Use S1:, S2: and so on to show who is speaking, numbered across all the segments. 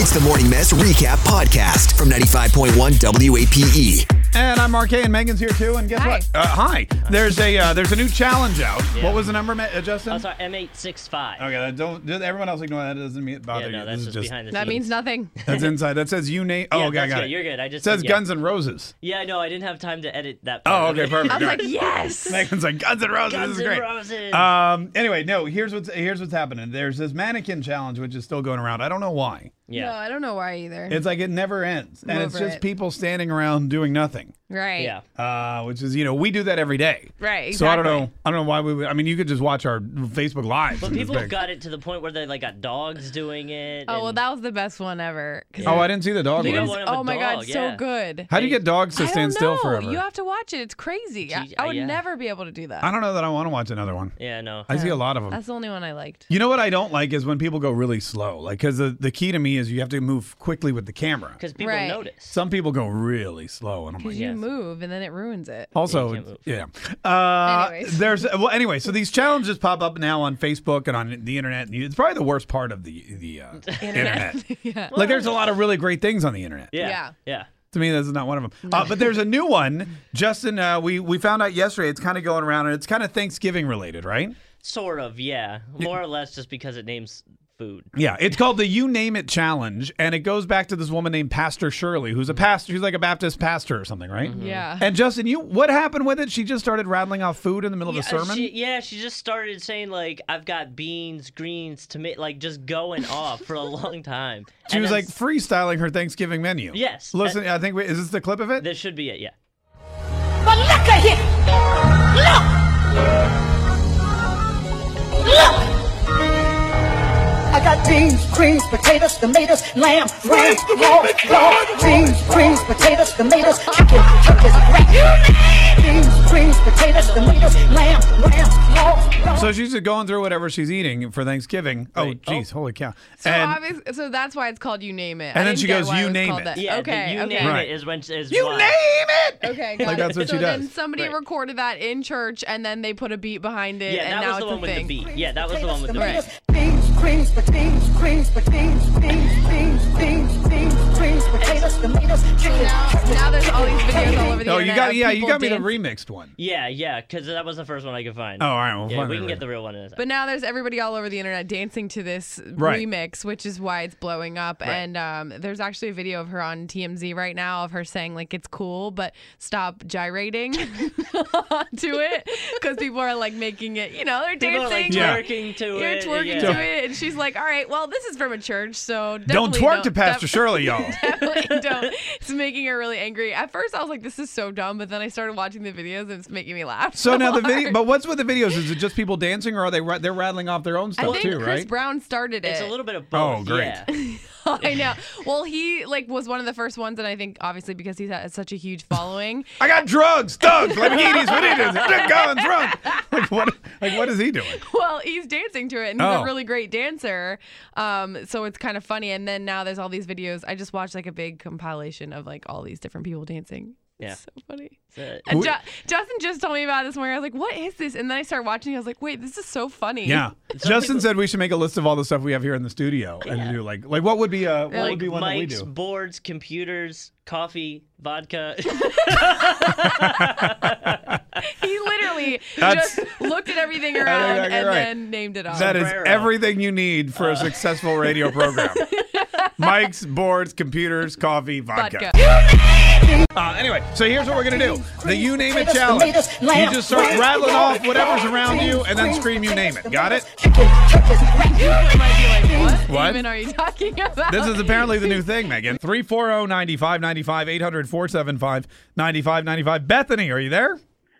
S1: It's the Morning Mess Recap Podcast from 95.1 WAPE.
S2: And I'm RK, and Megan's here too. And guess
S3: Hi.
S2: what? Uh, hi. There's a uh, there's a new challenge out.
S4: Yeah.
S2: What was the number, Ma- uh, Justin?
S4: Oh, sorry, M865.
S2: Okay, that don't do- everyone else ignore that. That doesn't mean bother
S4: Yeah,
S2: Oh, you. This
S4: no, that's
S2: is
S4: just,
S2: just
S4: behind the
S3: That means
S4: scenes.
S3: nothing.
S2: that's inside. That says you name. Oh,
S4: Yeah,
S2: okay, I
S4: that's
S2: got
S4: good.
S2: it.
S4: You're good. I just
S2: says
S4: said, yeah.
S2: Guns and Roses.
S4: Yeah, no, I didn't have time to edit that.
S2: Oh,
S4: part.
S2: okay, perfect.
S3: I was
S2: All
S3: like,
S2: right.
S3: yes.
S2: Megan's like Guns and Roses. this
S4: Guns
S2: is
S4: N'
S2: great.
S4: Roses.
S2: Um. Anyway, no. Here's what's here's what's happening. There's this mannequin challenge which is still going around. I don't know why.
S3: No,
S4: yeah,
S3: I don't know why either.
S4: Mm.
S2: It's like it never ends, and it's
S3: over
S2: just
S3: it.
S2: people standing around doing nothing.
S3: right.
S4: yeah.
S2: Uh, which is you know we do that every day.
S3: Right. Exactly.
S2: So I don't know. I don't know why we. would- I mean, you could just watch our Facebook live.
S4: But people have got it to the point where they like got dogs doing it.
S3: Oh well,
S4: and-
S3: that was the best one ever. 'Cause
S2: Oh, I didn't see the dog
S4: They
S3: it
S4: got
S2: one.
S3: was-
S4: one of a
S3: oh my god,
S4: dog,
S3: so
S4: yeah.
S3: good.
S2: How do you get dogs
S3: I
S2: to
S3: don't
S2: stand still
S3: know.
S2: forever?
S3: You have to watch it. It's crazy. I,
S4: Gee,
S3: I would
S4: yeah.
S3: never be able to do that.
S2: I don't know that I want to watch another one.
S4: Yeah, no.
S2: I see a lot of them.
S3: That's the only one I liked.
S2: You know what I don't like is when people go really slow. Like, because the, the key to me is you have to move quickly with the camera.
S4: Because people
S3: Right.
S4: notice.
S2: Some people go really slow, and I'm like,
S3: Because you move and then it ruins it.
S2: Also,
S4: Yeah, you can't
S2: yeah. Uh,
S3: Anyways.
S2: there's well, anyway. So these challenges pop up now on Facebook and on the internet. It's probably the worst part of the the uh, internet.
S3: yeah.
S2: Like, there's a lot of really great things on the internet.
S4: Yeah. Mm-hmm.
S3: Yeah.
S4: Yeah.
S2: To me, this is not one of them. Uh, but there's a new one, Justin. Uh, we we found out yesterday. It's kind of going around, and it's kind of Thanksgiving related, right?
S4: Sort of, yeah. More or less just because it names food.
S2: Yeah, it's called the You Name It Challenge, and it goes back to this woman named Pastor Shirley, who's a pastor. She's like a Baptist pastor or something, right?
S4: Mm-hmm.
S3: Yeah.
S2: And Justin, you what happened with it? She just started rattling off food in the middle
S4: Yeah, uh,
S2: of a sermon.
S4: She, yeah, she just started saying like, "I've got beans, greens, tomato," like just going off for a long time.
S2: She
S4: And
S2: was
S4: then
S2: like freestyling her Thanksgiving menu.
S4: Yes.
S2: Listen, I think is this the clip of it?
S4: "This should be it." Yeah.
S5: But look at him! Look! Look! I got beans, greens, potatoes, tomatoes, lamb, ram, raw, raw, beans, greens, potatoes, tomatoes, chicken, turkeys, rat. Beans, greens, potatoes, tomatoes, lamb, ram, raw, raw.
S2: so she's just going through whatever she's eating for Thanksgiving. Oh,
S4: Right.
S2: geez, holy cow!
S3: So
S2: and
S3: obvious- so that's why it's called you name it. I
S2: then
S3: didn't
S2: she
S3: get
S2: goes,
S3: why
S2: "You
S3: was
S2: name
S3: called
S2: it."
S3: That.
S4: Yeah. the
S3: okay.
S4: you
S3: okay.
S4: name
S2: Right.
S4: it is when is
S2: you
S4: why.
S2: name it.
S3: Okay, got
S2: Like,
S3: it.
S2: that's what
S3: so
S2: she
S3: then
S2: does.
S3: somebody
S4: Right.
S3: recorded that in church, and then they put a beat behind it,
S4: Yeah,
S3: and
S4: that
S3: now
S4: was the
S3: it's
S4: one
S3: a
S4: with the
S3: thing.
S4: beat. Yeah, that was the one with the beat.
S3: Right.
S5: Beans, greens, potatoes, greens, potatoes, beans, beans, beans, beans, greens, potatoes, tomatoes, chicken, turkeys,
S3: Now there's all these videos all over the
S2: Oh,
S3: internet.
S2: you got
S3: of
S2: yeah, you
S3: people
S2: got me
S3: dancing.
S2: the remixed one.
S4: Yeah, yeah, because that was the first one I could find.
S2: Oh, all right, well,
S4: yeah,
S2: fine,
S4: we can
S2: whatever.
S4: get the real one in a second.
S3: But now there's everybody all over the internet dancing to this
S2: Right.
S3: remix, which is why it's blowing up. And um, there's actually a video of her on TMZ right now of her saying like it's cool, but stop gyrating to it because people are like making it. You know, they're
S4: People are, like
S3: dancing.
S2: Yeah.
S4: twerking to
S3: You're
S4: it.
S3: twerking
S4: yeah.
S3: to it, and she's like, "All right, well, this is from a church, so
S2: Don't
S3: definitely
S2: twerk to Pastor
S3: def-
S2: Shirley, y'all.
S3: definitely don't." It's making her really angry. At first, I was like, "This is so dumb," but then I started watching the videos, and it's making me laugh.
S2: So now the video,
S3: hard.
S2: but what's with the videos? Is it just people dancing, or are they ra- they're rattling off their own
S3: I
S2: stuff
S3: think
S2: too?
S3: Chris
S2: right?
S3: Brown started it.
S4: It's a little bit of
S2: Oh,
S4: both.
S2: great.
S4: Yeah.
S3: I know. Well, he like was one of the first ones, and I think obviously because he's had such a huge following.
S2: I got drugs, thugs, Lamborghinis, Vanitas, guns, drunk. Like what? Like what is he doing?
S3: well, he's dancing to it, and he's
S2: Oh.
S3: a really great dancer. Um, so it's kind of funny. And then now there's all these videos. I just watched like a big compilation of like all these different people dancing.
S4: Yeah.
S3: It's so funny.
S4: So-
S3: And Ju- Justin just told me about this morning. I was like, "What is this?" And then I started watching. I was like, "Wait, this is so funny."
S2: Yeah, Justin said we should make a list of all the stuff we have here in the studio and do like like what would be uh what
S4: Like
S2: would be one that we
S4: mics,
S2: do?
S4: boards, computers, coffee, vodka.
S3: He literally
S2: That's-
S3: just looked at everything around
S2: exactly
S3: and
S2: right.
S3: then named it off.
S2: That is
S4: Sombrero.
S2: everything you need for a
S3: Uh.
S2: successful radio program. Mics, boards, computers, coffee, vodka.
S3: vodka.
S2: Uh, anyway, so here's what we're gonna do: the you name it
S5: potatoes,
S2: challenge.
S5: tomatoes,
S2: You
S5: lamb,
S2: just start
S5: ram,
S2: rattling
S5: raw,
S2: off whatever's
S5: raw,
S2: around you,
S5: beans,
S2: and then
S5: greens,
S2: scream you name it.
S5: potatoes,
S2: Got it?
S5: Chicken, turkeys, rat.
S3: People might be like, "What?
S2: What?
S3: even are you talking about?"
S2: This is apparently the new thing, Megan. oh, 340 9595, 800 475 9595. Bethany, are you there?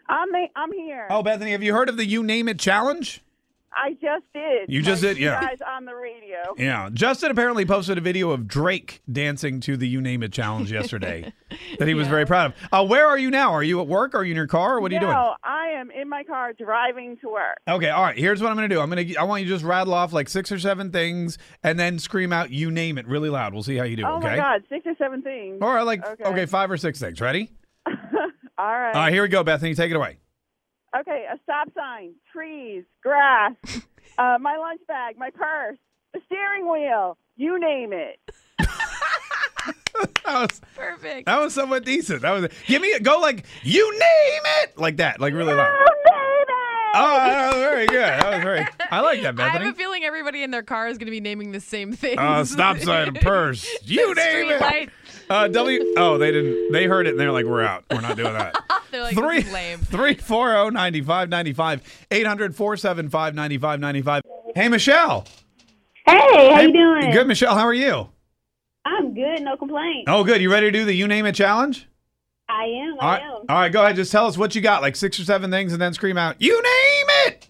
S6: I'm I'm here.
S2: Oh, Bethany, have you heard of the You Name It Challenge?
S6: I just did.
S2: You just
S6: Like,
S2: did, yeah.
S6: You guys on the radio.
S2: Yeah. Justin apparently posted a video of Drake dancing to the You Name It challenge yesterday that he was very proud of. Uh, where are you now? Are you at work? Are you in your car? Or what are you doing?
S6: No, I am in my car driving to work.
S2: Okay, all right. Here's what I'm gonna do. I'm gonna. I want you to just rattle off like six or seven things, and then scream out "You name it" really loud. We'll see how you do.
S6: Oh
S2: okay.
S6: my God, six or seven things.
S2: Or like okay.
S6: Okay.
S2: five or six things. Ready?
S6: All right.
S2: All right. Here we go, Bethany. Take it away.
S6: Okay, a stop sign, trees, grass, uh, my lunch bag, my purse, the steering wheel, you name it.
S2: That was
S3: Perfect.
S2: that was somewhat decent. That was. Give me a go. Like you name it. Like that. Like really loud.
S6: You name it!
S2: Oh, that was very good. That was very. I like that,
S3: I have
S2: Bethany.
S3: a feeling everybody in their car is going to be naming the same thing.
S2: Uh, stop sign, purse. You name
S3: Street
S2: it.
S3: light.
S2: Uh, w. Oh, they didn't. They heard it and they're like, "We're out. We're not doing that."
S3: They're like,
S2: Three,
S3: This is lame.
S2: three, four, oh, 95, 95, 800, 475, 95, 95. Hey, Michelle.
S7: Hey, how
S2: Hey,
S7: you doing?
S2: Good, Michelle. How are you?
S7: I'm good, no complaints.
S2: Oh, good. You ready to do the You Name It challenge?
S7: I am,
S2: All
S7: I
S2: right. All right, go ahead. Just tell us what you got, like six or seven things, and then scream out, You name it.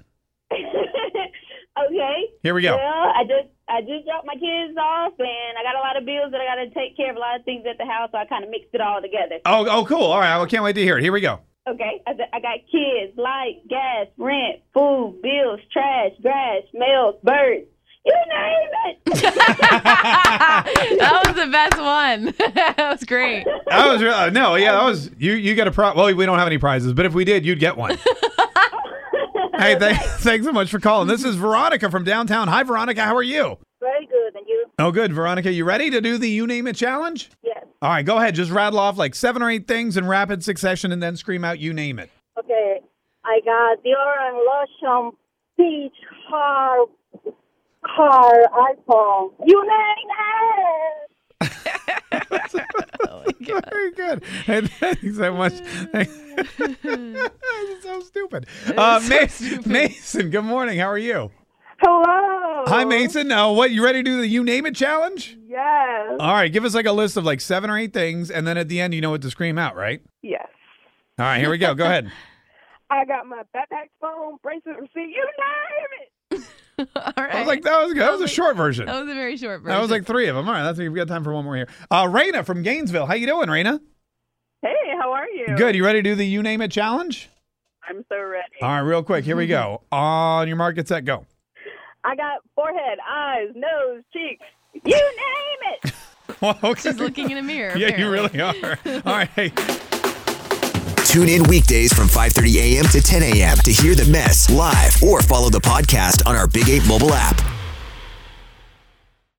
S7: am. okay.
S2: Here we go.
S7: Well, I just I just dropped my kids off and I got a lot of bills that I gotta take care of, a lot of things at the house, so I kinda mixed it all together.
S2: Oh, oh, cool. All right. I can't wait to hear it. Here we go.
S7: Okay. I, th- I got kids, light, gas, rent, food, bills, trash, grass, mail, birds. You name it.
S3: that was the best one. that was great.
S2: That was real. Uh, no, yeah, that was you. You get a prize. Well, we don't have any prizes, but if we did, you'd get one. hey, th- thanks so much for calling. This is Veronica from downtown. Hi, Veronica. How are you?
S7: Very good, and you?
S2: Oh, good, Veronica. You ready to do the You Name It challenge?
S7: Yes.
S2: All right, go ahead. Just rattle off like seven or eight things in rapid succession and then scream out, you name it.
S7: Okay. I got Dior and Lotion, Peach, Car, Car, iPhone. You name it.
S2: Very good. Hey, thanks so much. That's so stupid. Uh, Ma- Mason, good morning. How are you?
S6: Hello.
S2: Hi, Mason. Uh, what, you ready to do the You Name It challenge?
S6: Yes.
S2: All right, give us like a list of like seven or eight things, and then at the end, you know what to scream out, right?
S6: Yes.
S2: All right, here we go. Go ahead.
S6: I got my backpack, phone, bracelet, receipt. You name it.
S3: All right.
S2: I was like, that was good. That was a short version.
S3: that was a very short version.
S2: That was like three of them. All right, that's we've got time for one more here. Uh, Raina from Gainesville. How you doing, Raina?
S6: Hey, how are you?
S2: Good. You Uh, ready to do the You Name It challenge?
S6: I'm so ready.
S2: All right, real quick. Here we go. On your market set, go.
S6: I got forehead, eyes, nose, cheeks. You name it.
S2: Well, okay.
S3: she's looking in a mirror.
S2: Yeah, you
S3: apparently.
S2: really are. All right. Hey,
S1: Tune in weekdays from 5:30 a.m. to 10 a.m. to hear the mess live or follow the podcast on our Big 8 mobile app.